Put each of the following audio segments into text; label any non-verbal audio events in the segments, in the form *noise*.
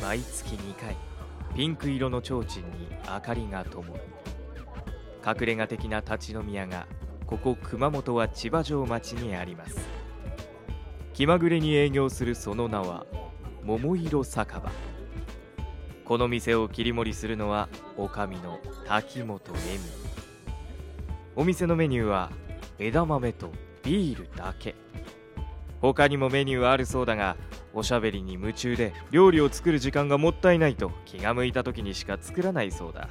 毎月2回ピンク色の提灯に明かりが灯る隠れ家的な立ち飲み屋がここ熊本は千葉城町にあります気まぐれに営業するその名は桃色酒場この店を切り盛りするのは女将の滝本恵美お店のメニューは枝豆とビールだけ他にもメニューはあるそうだがおしゃべりに夢中で料理を作る時間がもったいないと気が向いた時にしか作らないそうだ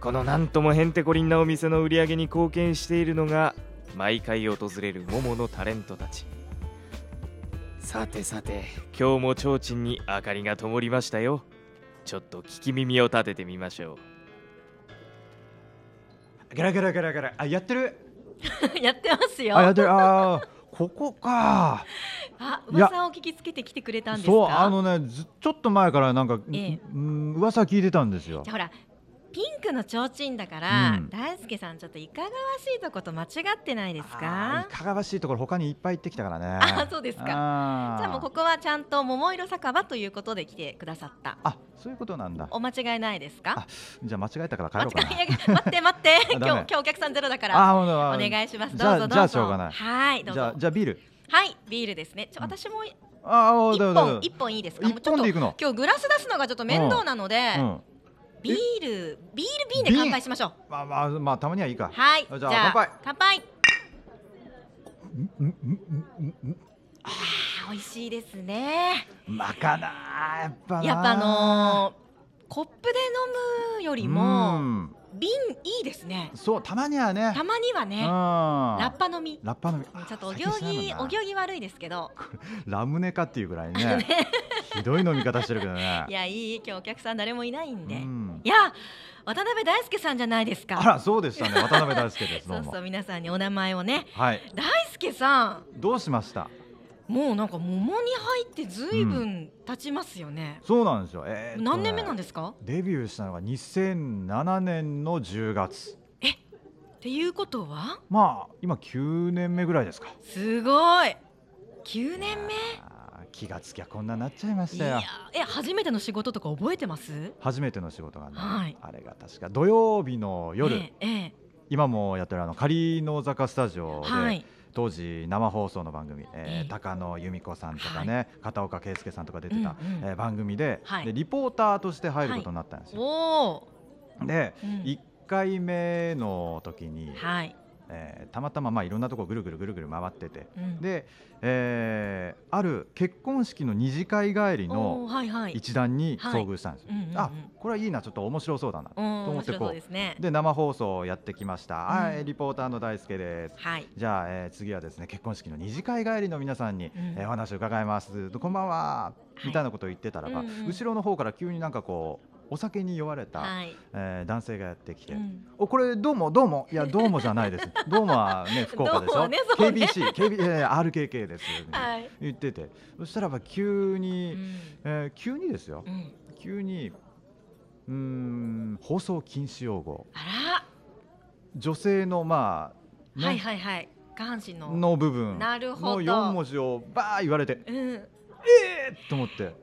このなんともへんてこりんなお店の売り上げに貢献しているのが毎回訪れるモモのタレントたちさてさて今日も提灯に明かりが灯りましたよちょっと聞き耳を立ててみましょうガラガラガラガラあやってる *laughs* やってますよ。あやってるあーここかあ、いや馬さんを聞きつけてきてくれたんですか。そうあのねずちょっと前からなんか、ええうん噂聞いてたんですよじゃあほら。ピンクの提灯だから、うん大輔さんちょっといかがわしいとこと間違ってないですあかーい。かがわしいところ他にいっぱい行ってきたからねあそうですかかじゃあもうここはちゃんと桃色酒場ということで来てくださった。あそういうことなんだお間違いないですか。じゃあ間違えたから帰間ろうかな違いない待って待って。 *laughs* あダ今メ日今日お客さんゼロだから。あーほんとおだ願いします。じどうゃあぞどうぞ。じゃあしょうがないはいどうじゃあぞ。じゃあビールはいビールですね。ちょうん私も一あーおーだめだ本め一本いいですか。もう一ちょっ本とで行くの今日グラス出すのがちょっと面倒なので、うんビールビール瓶で乾杯しましょう。まあまあまあたまにはいいかはじい。ゃあ乾杯乾杯。うんうんうんうんあー美味しいですね。うんまかなーやっぱなーやっぱあのーコップで飲むよりうもん瓶いいですね。そうたまにはねたまにはねうん、ラッラパ飲み。ッパのちょっとお行儀お行儀悪いですけど。ラムネかっていうぐらいねひどい飲み方してるけどね *laughs* いやいい今日お客さん誰もいないんで。うんいや渡辺大輔さんじゃないですか。あらそうでしたね渡辺大輔 *laughs* ですそどううもそう皆さんにお名前をね。はい大輔さんどうしましたもうなんか桃に入ってずいぶん経ちますよね。そうなんですよえーっとね何年目なんですか？デビューしたのが2007年の10月っていうことはまあ今9年目ぐらいですかすごい9年目あー気がつきゃこんなになっちゃいましいたよやえ初めての仕事とか覚えてます初めての仕事がね、はいあれが確か土曜日の夜、えええ今もやってるあの仮の坂スタジえオで、はい当時生放送の番組、えーええ高野由美子さんとかね、片岡圭介さんとか出てた、うんうんえー番組で,、はいでリポーターとして入ることになったんですよ。おお、でうん1回目の時に、はい、えーたまたままあいろんなとこぐるぐるぐるぐる回っててうん、で、えーある結婚式の二次会帰りおのーはいはい一団にはい遭遇したんですよ。うんうんうんあこれはいいなちょっと面白そうだなおとー思面って白こそううですねで生放送やってきました、あーうんリポーターの大輔ですはいじゃあ、えー次はですね結婚式の二次会帰りの皆さんに、うんえーお話を伺いますこんばんは、いみたいなことを言ってたらば、うんうん後ろの方から急になんかこうお酒に酔われた、はい、えー男性がやってきて、うんおこれどうもどうもいやどうもじゃない *laughs* ですどうもはね福岡でしょ、どうもねそうね KBC KB、えー RKK です、はい、言っててそしたらば急うに、んえー急にですよ、うん、急にうーん放送禁止用語あ女性のまあ、ねら、はいはいはい下半身のの部分なるほどの4文字をバー言われてうんええっと思って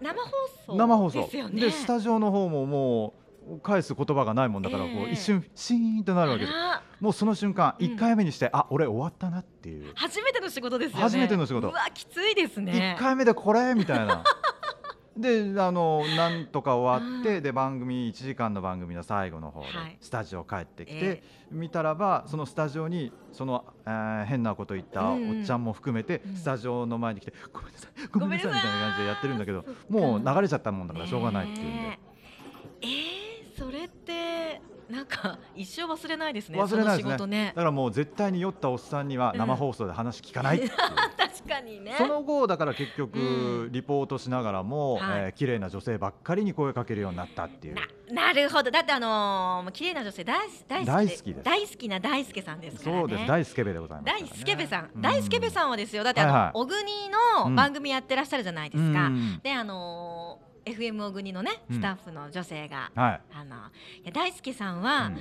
生放送生放送ですよねスタジオの方ももう返す言葉がないもんだからこえうえ一瞬シーンとなるわけですあらもうその瞬間うん1回目にしてあ俺終わったなっていう初めての仕事ですよね初めての仕事うわきついですね1回目でこれみたい *laughs* なであのなんとか終わっうてで番組1時間の番組の最後の方ではいスタジオ帰ってきえて見たらばそのスタジオにそのえー変なこと言ったうんうんおっちゃんも含めてうんスタジオの前に来てごめんなさいごめんなさいみたいな感じでやってるんだけどごめんなさいもそっうか流れちゃったもんだからしょうがないっていうんでねええーそれってなんか一生忘れないですね忘れないですねその仕事だねからもう絶対に酔ったおっさんにはうん生放送で話聞かないって *laughs* いう確かにねその後だから結う局んリポートしながらもはいえー綺麗な女性ばっかりに声かけるようになったっていうななるほどだってあのー、もう綺麗な女性大大好きで大好きです大好きな大輔さんですからねそうです大スケベでございますから大ね輔部さん、う大輔部さんはですよだってあの、はいはい小国うのん番組やってらっしゃるじゃないですか、うんであのー FM 小国のねうんスタッフの女性が、はいあのいや大輔さんは、うん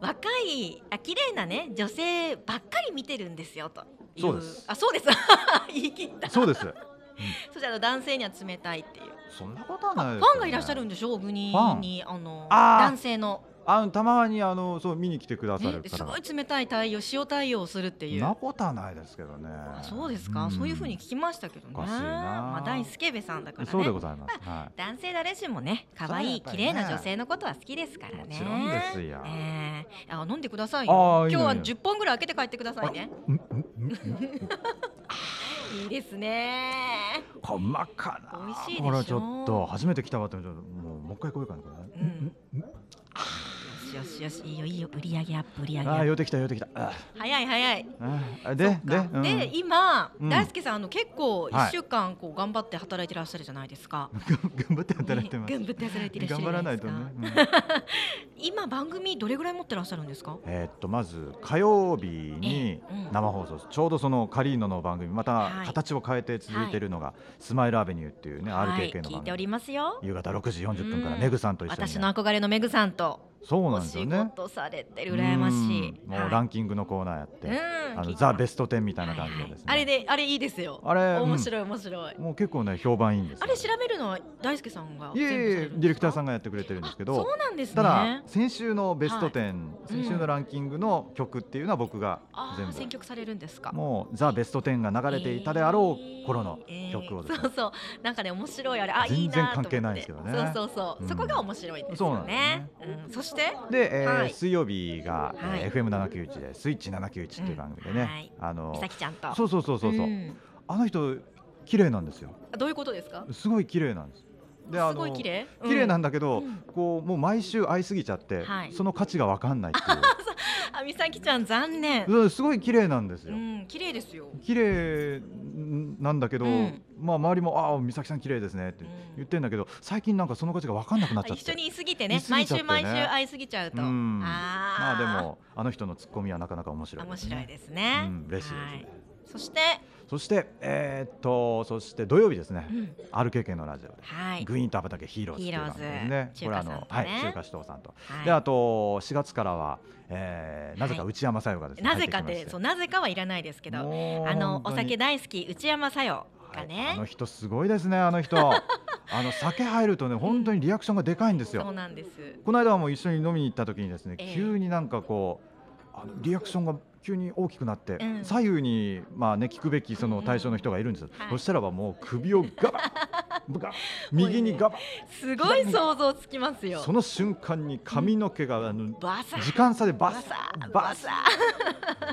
若いあ綺麗なね女性ばっかり見てるんですよというそうですあそうです *laughs* 言い切ったそうですそしたら男性には冷たいっていうそんなことはないですフよねァンがいらっしゃるんでしょ小国にあのあー男性の、あのたまにあのそう見に来てくださねる、す方ごがい冷たい対応塩対応をするってそんいなうことはないですけどねあそうですか、んそういうふうに聞きましたけどねおかしいなまあ大スケベさんだからねそうでございます、は男性誰しもね可愛いそ綺うや麗っぱりねな女性のことは好きですからねもちろんですよええあ飲んでくださいあよーいいの今日はいいの10本ぐらい開けて帰ってくださいねい、んんんんいいですね細かな美味しいでしょこれはちょっと初めて来たわってもうもう一回来ようかなこれねうんよしよしよしいいよいいよ売り上げアップ売り上げアああッ寄プってきた寄ってきたあ早い早いあでそでっかうんで今、うん大輔さんあの結構はい一週間こう頑張って働いてらっしゃるじゃないですか。 *laughs* 頑張って働いてますね頑張って働いてらっしゃ頑るじ張らゃなないいですとか。ね、うん今番組どれぐらい持ってらっしゃるんですか。えーっとまず火曜日にええうん生放送ですちょうどそのカリーノの番組まはたい形を変えて続いているのが「スマイルアベニュー」っていうねはい RKK の聞い番ており組ますよ。夕方6時40分からうんメグさんと一緒に私ねの憧れのメグさんとそうなおんです仕よね事されてる羨ましい。うんもうランンキングのコーナーやってあののザ・ベスト10みたいな感じでですねあれであれいいですよ。あれ面白い面白い。もう結構ね評判いいんですよあれ調べるのは大輔さんがいえいえディレクターさんががやってくれてるんですけそどうなんですね。ただ先週のベスト10、いうん先週のランキングの曲っていうのは僕があ全あ部選曲されるんですか。もうザ・ベスト10が流れていたであろう頃の曲をですね、そうそうなんかね面白いあれあ全然いいなと思って関係ないですけどねそうそうそう、うんそこが面白いんですよねそうんそしてで、えーはい水曜日が、えーはい FM791 で「スイッチ791」っていう番組でね、うんはいあの美咲ちゃんとそうそうそうそうそう、んあの人綺麗なんですよあどういうことですかすごい綺麗なんですであのすごい綺麗綺麗なんんだけど、こうもう毎週会いすぎちゃって、はいその価値が分かんないって *laughs* いあ美咲ちゃん残念ううんすごい綺麗なんですうよ、ん綺麗ですよ、綺麗なんだけど、うんまあ周りも「ああ美咲さん綺麗ですね」ってうん言ってんだけど最近なんかその価値が分かんなくなっちゃあって一緒にいすぎていねすぎ毎ちゃっ週てね毎週会いすぎちゃうとうんあーまあでもあの人のツッコミはなかなか面白い面ですね、白いですね、うん嬉しいですねはそして、そしてえーっとそして土曜日ですね、うん、 RKK のラジオで、はいグイーンと羽ばたけヒーローズっていう番組ですねヒーローこズれあのはい中中華さんとね華指導さんと、はいであと4月からは、えーなぜかはい内山さよがですね、なぜかでそううなぜかはいらないですけどあのお酒大好き内山さよがね、あの人すごいですねあの *laughs* 人あの酒入るとね本当にリアクションがでかいんですよ、そうなんです。この間はもう一緒に飲みに行った時にですね、ええ急になんかこうあのリアクションが急に大きくなって、うん左右にまあね聞くべきその対象の人がいるんですよ、はいそしたらばもう首をガバッブガッ右に *laughs* ガバすごい想像つきますッよそ。の瞬間に髪の毛があのバサ時間差でババスサババスサ。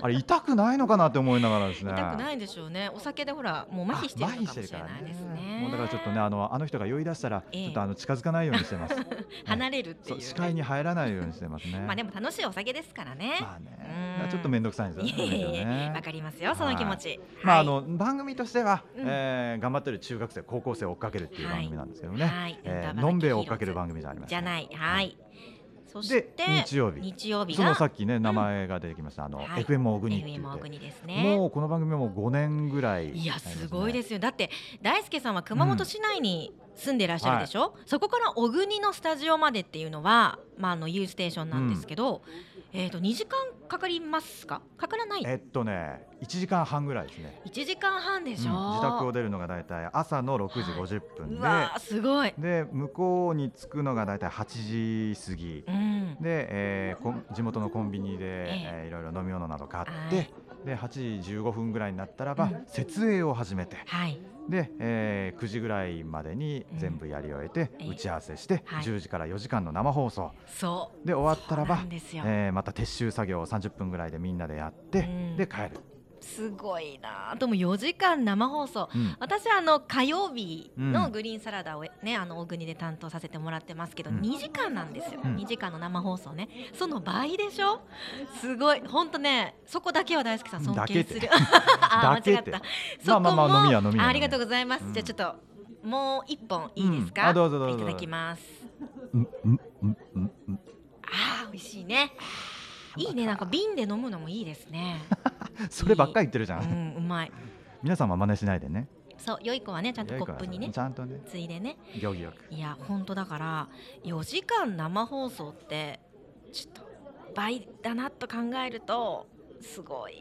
あれ痛くないのかなって思いながらですね痛くないでしょうね。お酒でほらもう麻痺してるのかもしれないですあ麻痺してるからね。もうだからちょっとねあのあの人が酔い出したら、ええちょっとあの近づかないようにして *laughs* ます離れるってい,、そうう視界に入らないようにしてますねまあでも楽しいお酒ですからね。まあねうん、だからちょっと面倒くさいんですいよえね。い勉強えねわかりますよその気持ち。まああはいの番組としては、うんえー頑張ってる中学生高校生を追っかけるっていう番組なんですけどね。はいえはいーのんべいを追っかける番組じゃありませんじゃないはい。そしてで日曜日。日曜日そのがさっきね名前が出てきましたあの、はい FM 大国って言 FM っ大て、国ですもね。うこの番組はもう5年ぐらい、。いやすごいですすよだって大輔さんは熊本市内に住んでらっしゃるでしょ、そこから小国のスタジオまでっていうのは、まあ、あの U ステーションなんですけど、えー、と2時間かかりますかかからないえ1っとね1時間半ぐらいですね。時間半でしょ、うん自宅を出るのがだいたい朝の6時50分うで、わーすごい、で向こうに着くのがだいたい8時過ぎ。うん、で、えーこん地元のコンビニで、ええーいろいろ飲み物など買っはていで8時15分ぐらいになったらば、うん設営を始めてはいで、えー9時ぐらいまでに全部やり終えて、うん打ち合わせして、はい10時から4時間の生放送そうで終わったらばそうなんですよ、えーまた撤収作業を30分ぐらいでみんなでやって、うんで帰る、すごいなーでも4時間生放送うん私はあの火曜日うのんグリーンサラダをね、あの大国で担当させてもらってますけど、うん2時間なんですよ、うん2時間の生放送ねその倍でしょすごい本当ねそこだけは大好きさん尊敬する *laughs* あだーけ間違っってたそまこあも、まあまあ飲みは飲みはあありがとうございます、うんじゃあちょっともう一本いいですか、うんあどうぞどうぞいただきますうんうんうんうんうんあー美味しいねいいねなんか瓶で飲むのもいいですね *laughs* そればっかり言ってるじゃうんんうまい皆さんは真似しないでねそう良い子はねちゃんとコップにねちゃんとねついでね行儀よくいや本当だから4時間生放送ってちょっと倍だなと考えるとすごい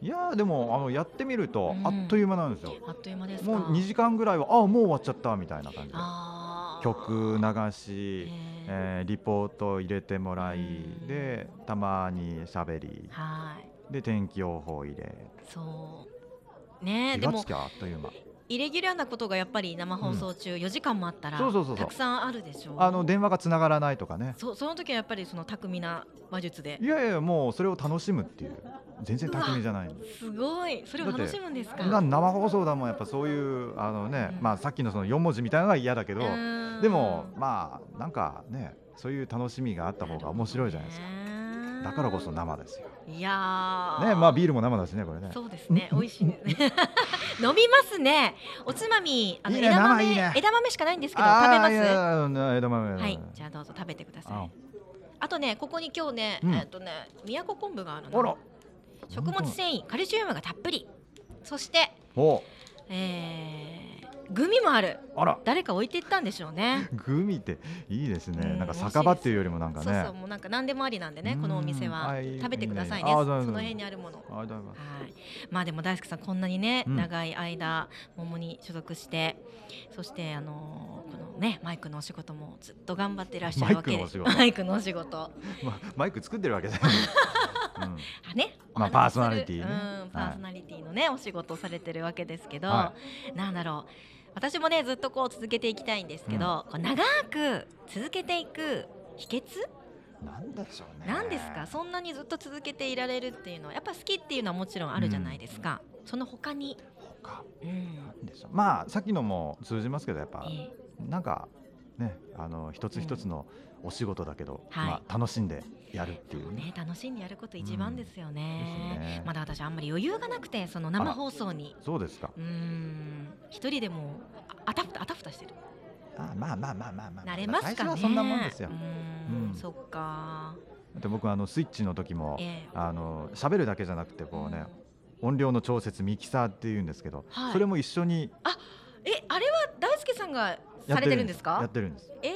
いやーでもあのやってみるとうんあっという間なんですよ、あっという間ですかもう2時間ぐらいはああもう終わっちゃったみたいな感じであー曲流し、ねえーリポート入れてもらい、うんでたまにしゃべりはいで天気予報入れそうねえ気でがもつきゃあっという間イレギュラーなことがやっぱり生放送中4時間もあったらそうそうそうそうたくさんあるでしょうあの電話がつながらないとかねそその時はやっぱりその巧みな話術でいやいやもうそれを楽しむっていう全然巧みじゃないすごいそれを楽しむんですかな生放送だもんやっぱそういうあのね、うんまあさっきのその4文字みたいなのが嫌だけど、うーんでもまあなんかねそういう楽しみがあった方が面白いじゃないですか、ねだからこそ生ですよいやーねまあビールも生だしねこれねそうで *laughs* すね美味しいね *laughs* 飲みますねおつまみあのいいね枝生豆いいね枝豆しかないんですけど食べあまーいやいやいすや枝豆枝豆はいじゃあどうぞ食べてくださあいあとねここに今日ね、うんえっとね宮古昆布があるあらの食物繊維カルシウムがたっぷりそして、おえー、グミもあるあら誰か置いていったんでしょうねグミっていいですね、うんなんか酒場っていうよりもなんかそねうそうもうなんか何でもありなんでねこのお店うんはあいい食べてくださいいいねねあそそうそうそうの辺にあるものありがとうございますはい、まあでも大輔さんこんなにね、うん長い間桃に所属してそしてあのーこのねマイクのお仕事もずっと頑張ってらっしゃるわけマイクのお仕事マイクのお仕事まマイク作ってるわけ *laughs* じゃない、うんあね、まあお話しするパーソナリティねうん、パーソナリティのね、お仕事をされてるわけですけど、はなんだろう私もねずっとこう続けていきたいんですけど、こう長く続けていく秘訣なんでしょうね。なんですかそんなにずっと続けていられるっていうのはやっぱ好きっていうのはもちろんあるじゃないですか、その他に、他うんなんでしょう。まあさっきのも通じますけどやっぱええなんかねあの一つ一つのお仕事だけど、はいまあ楽しんでやるっていうね。ね、楽しんでやること一番ですよね,、うんですねまだ私あんまり余裕がなくてそのあ生ら放送にそうですか。うーん一人でもああたふたあたふたしてるあまあまあまあまあまあ。慣れますかね最初はそんなもんですよ。うだーんうんそっかって僕あのスイッチの時も。ええあの喋るだけじゃなくてこうね、音量の調節ミキサーっていうんですけど、はいそれも一緒にうんえあれは大輔さんがやっさてれるてるんんでですやすかってるんですえ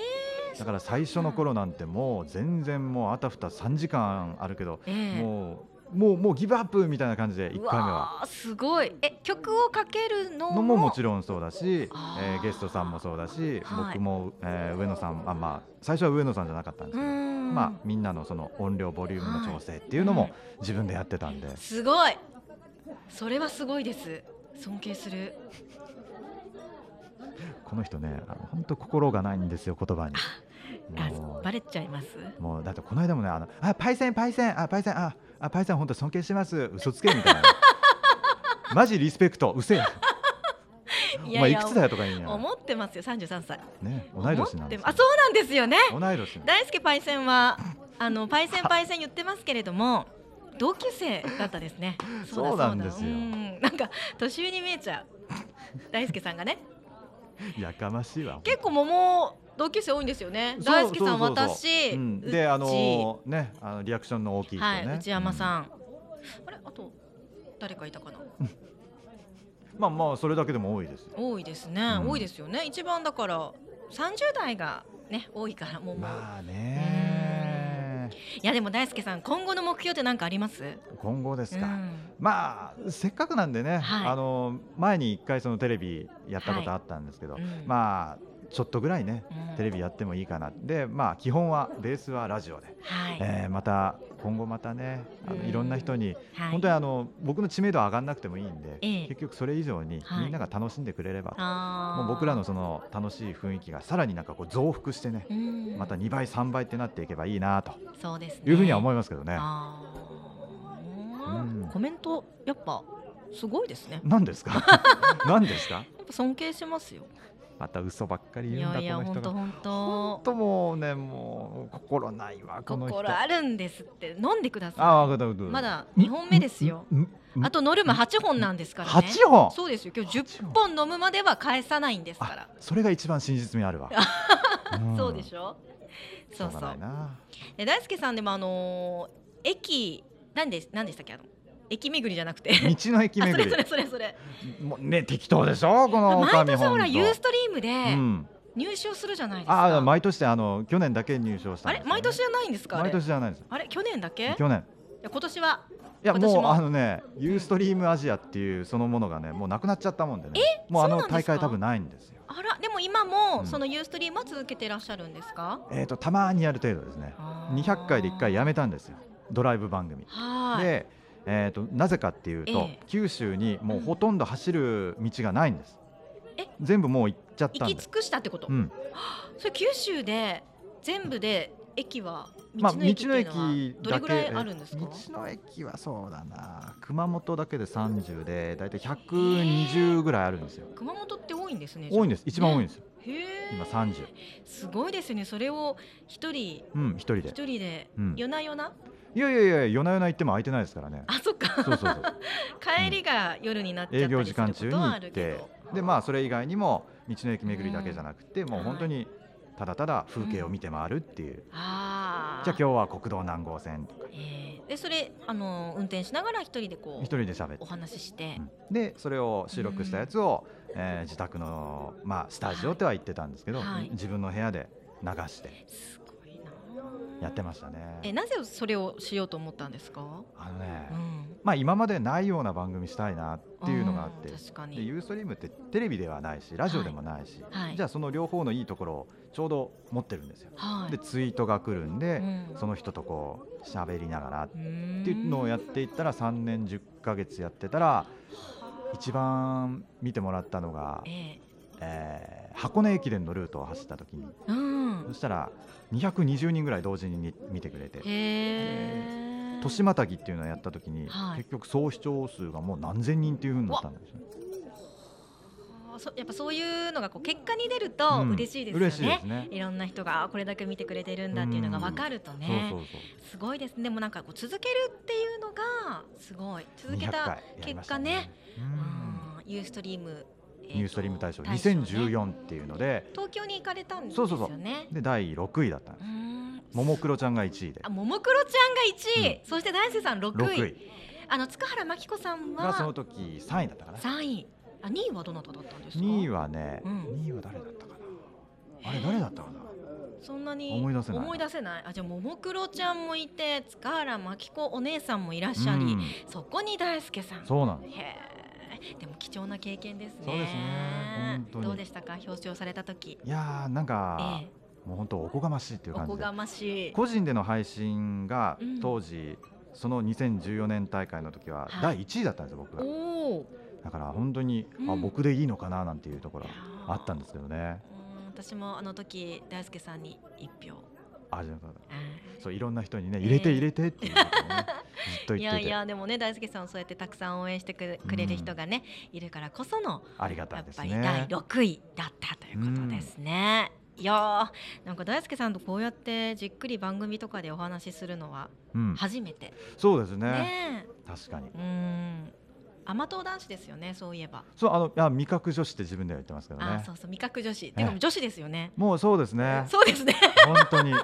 だから最初の頃なんてもう全然もうあたふた3時間あるけどええもうもうもうギブアップみたいな感じで1う回目は。わーすごいえ曲をかけるのものももちろんそうだし、えあーーゲストさんもそうだし、はい僕も、えー上野さんあまあ最初は上野さんじゃなかったんですけど、んまあみんなのその音量ボリュームの調整っていうのはもい自分でやってたんで、すごいそれはすごいです尊敬するこの人ね本当心がないんですよ言葉に。あもバレちゃいますうもうだってこの間もねあのあパイセンパイセンあパイセンああパイセン本当尊敬してます嘘つけみたい *laughs* なマジリスペクトうせえいお前いくつだよとか言いながら思ってますよ、三十三歳。ね同い年な思っんてでますあ、そうなんですよね。う同い年大輔パイセンは、あのパイセンパイセン言ってますけれども。同級生だったで *laughs* すね。だそうなんですよんなんか年上に見えちゃう。大輔さんがね、やかましいわ結構桃同級生多いんですよね。そう大輔さん、そうそうそう私、うん、うっちであのーねあのリアクションの大きい人はね、い、内山さん。あれ、あと誰かいたかな。うん、まあまあそれだけでも多いですよ多いですね、うん多いですよね。一番だから三十代がね多いからもう、まあねいやでも大輔さん今後の目標って何かあります？今後ですか、うんまあせっかくなんでね、はいあのー前に一回そのテレビやったことあったんですけど、うんまあちょっとぐらいねうんテレビやってもいいかなでまあ基本はベースはラジオで、はい、えーまた今後またねあうのんいろんな人にはい本当にあの僕の知名度は上がらなくてもいいんで、ええ結局それ以上にはいみんなが楽しんでくれれば、あーもう僕らのその楽しい雰囲気がさらになんかこう増幅してね、うんまた2倍3倍ってなっていけばいいなとそうですねいうふうには思いいますけどね。あーうんコメントやっぱすごいですね。何です *laughs* か何ですかやっぱ尊敬しますよ。また嘘ばっかりい言うんやだいやこの本人当が。本本当もうねもう心ないわこ当の人。心あるんですって飲んでくだあさ分かった分かった。まだ二本目ですよん。んい。んあとノルマ八本なんですからね。八本。そうですよ。今日十八本本飲むまでは返さないんですかあそれが一番真実味あるわ。ら。 *laughs* そうでょ。しょ。しそょううがそ。ないうな。え大輔さんでもあのー駅なんでなんでしたっけあの駅巡りじゃなくて道の駅 *laughs* あそれ巡それそれそれ、り。もうね適当でしょこまあの毎女年将ほら本当ユーストリームうでん。入賞するじゃないですか、ああ毎年であの去年だけ入賞したあんですよれね、毎年じゃないんですかあ毎れ年じゃないですあれ去年だけ去年や今年は、いや私もうもあのねユーストリームアジアっていうそのものがねもうなくなっちゃったもんでねもうあそうのなんで大すか会多分ないんですよあら、でも今も、うんそのユーストリームは続けてらっしゃるんですか。えっ、とたまにやる程度ですねあー200回で1回やめたんですよドライブ番組はい。で、えー、となぜかっていうと、ええ九州にもうほとんど走る道がないんです、え全部もう行っちゃった行んきで尽くしたってこと。うんそれ九州で全部で駅はまあ道道の駅ってのいう駅のはどれだぐけらいあるんですかえ。ー道の駅はそうだな熊本だけで30で大体120ぐらいあるんですよ熊本って多いんですね。多いんです一番多いんい。ですよ、へえ。今30。すごいですね。それを一人うん一人で一人でうん夜な夜な。 *laughs* いやいやいや夜な夜な行っても空いてないですからねあ、そっか。そうそうそう帰りが夜になっちゃ営った業り時す間中るこにとは行あっるてけど。でまあそれ以外にも道の駅巡りだけじゃなくて、もう本当にただただ風景を見て回るっていう、ああ。じゃあ今日は国道何号線とかえーでそれあの運転しながら一人でこ一う人で喋ってお、話しして、うんでそれを収録したやつを、えー自宅の、まあ、スタジオとは言ってたんですけど、はい自分の部屋で流してすごいやな。ってましたえね。なぜそれをしようと思ったんですか。あのね、うん。まあ、今までないような番組したいなっていうのがあって、ん確かでに。ユーストリームってテレビではないしラジオでもないし、はいじゃあその両方のいいところをちょうど持ってるんですよ。はい。でツイートが来るんで、うんその人とこう喋りながらっうていうのをやっーんていったら3年10ヶ月やってたら一番見てもらったのが、えええー箱根駅伝のルートを走った時にうんそ。したら220人ぐらい同時に見てくれてへえ。年またぎっていうのをやった時に、はい結局総視聴数がもう何千人っていうふうになったんですよね。あーそやっぱそういうのがこう結果に出るとうん嬉しいですよね。嬉しいですね。いろんな人があーこれだけ見てくれてるんだっていうのが分かるとそうね、そうすごいですねでもなんかこう続けるっていうのがすごいそう。続け200た回やりましたううんんユーストリーム、えーとニューストリーム大賞大賞ね2014っていうので東京に行かれたんですそようねそうそうで第6位だったんでうーす。んももクロちゃんが1位であももクロちゃんが1位、そして大瀬さん6 6位位あの塚原真紀子さんがそのは時3位だったかな。 3位あ2位はどなただったんですか2位はね、うん2位は誰だったかな。あれ誰だったかな。そんなに思い出せない思い出せないあじゃあももクロちゃんもいて塚原真紀子お姉さんもいらっしゃり、うんそこに大輔さんそうなんです。へえでも貴重な経験ですねそうですね本当にどうでしたか表彰された時いやーなんか、ええもう本当おこがましいっていうお感こじでがましい個人での配信がうん当時、その2014年大会の時ははい第1位だったんですよ、僕がおおだから本当に、うんあ僕でいいのかななんていうところいやーあったんですけどねうん私もあの時大輔さんに一票、あじゃあうそういろんな人にねええ入れて入れてっていうことを *laughs* ね、ずっとんい言っやてていやでもね大輔さんをそうやってたくさん応援してくくれる人がね、いるからこそのありがたやいっですぱりね第6位だったということですね。いやーなんか大輔さんとこうやってじっくり番組とかでお話しするのはうん、初めて、そうですねね確かにえうん甘党男子ですよねそういえば、そうあのあ味覚女子って自分では言ってますけどあねそうそう味覚女子でも女子ですよねもうそうですねそうですね *laughs* 本当に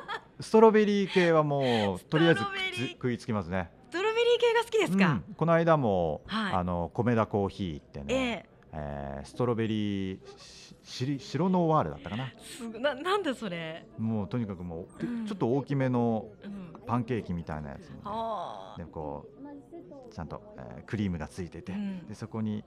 ストロベリー系はもうとりあえずストロベリー食いつきますねストロベリー系が好きですか、うんこの間も、はいあの米田コーヒー行ってね、えええーストロベリーししり白ノワールだったかなすごななんだそれ、もうとにかくもう、うんちょっと大きめのうん、パンケーキみたいなやつに、あでこうちゃんと、えークリームがついてて、うんでそこに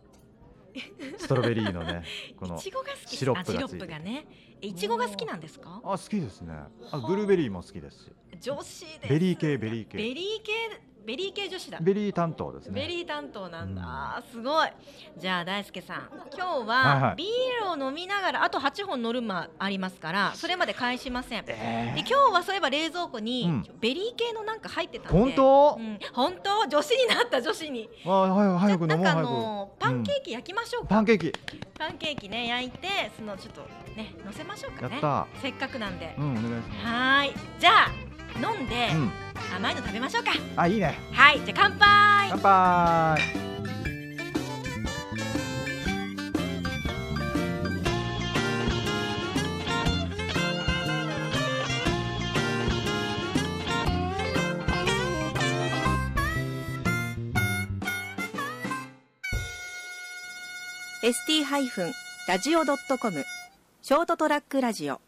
ストロベリーの *laughs* ねこあのいちごが好きシロップあシがロついててップがねえいちごが好きなんですかあ好きですねあブルーベリーも好きですし女子ですベリー系ベリー系ベリー系ベリー系女子だベリー担当ですベねリー担当なんだ、うんあーすごいじゃあ大輔さん今日はいははいビールを飲みながらあと8本ノルマありますからそれまで返しませんでえ今ー日はそういえば冷蔵庫うにベリー系のなんか入ってたんで本当う、ん、本当女子になった女子にあはい早くな飲んもうかあ早く、のーパンケーキ焼きましょうか、パンケーキパンケーキね焼いてそのちょっとね乗せましょうやかっねたせっかくなんで、うんお願いしま、はーいじゃあ飲んですうん、甘いの食べましょうかあいいねはいじゃあ乾杯乾杯ラジオ .com ショートトラックラジオ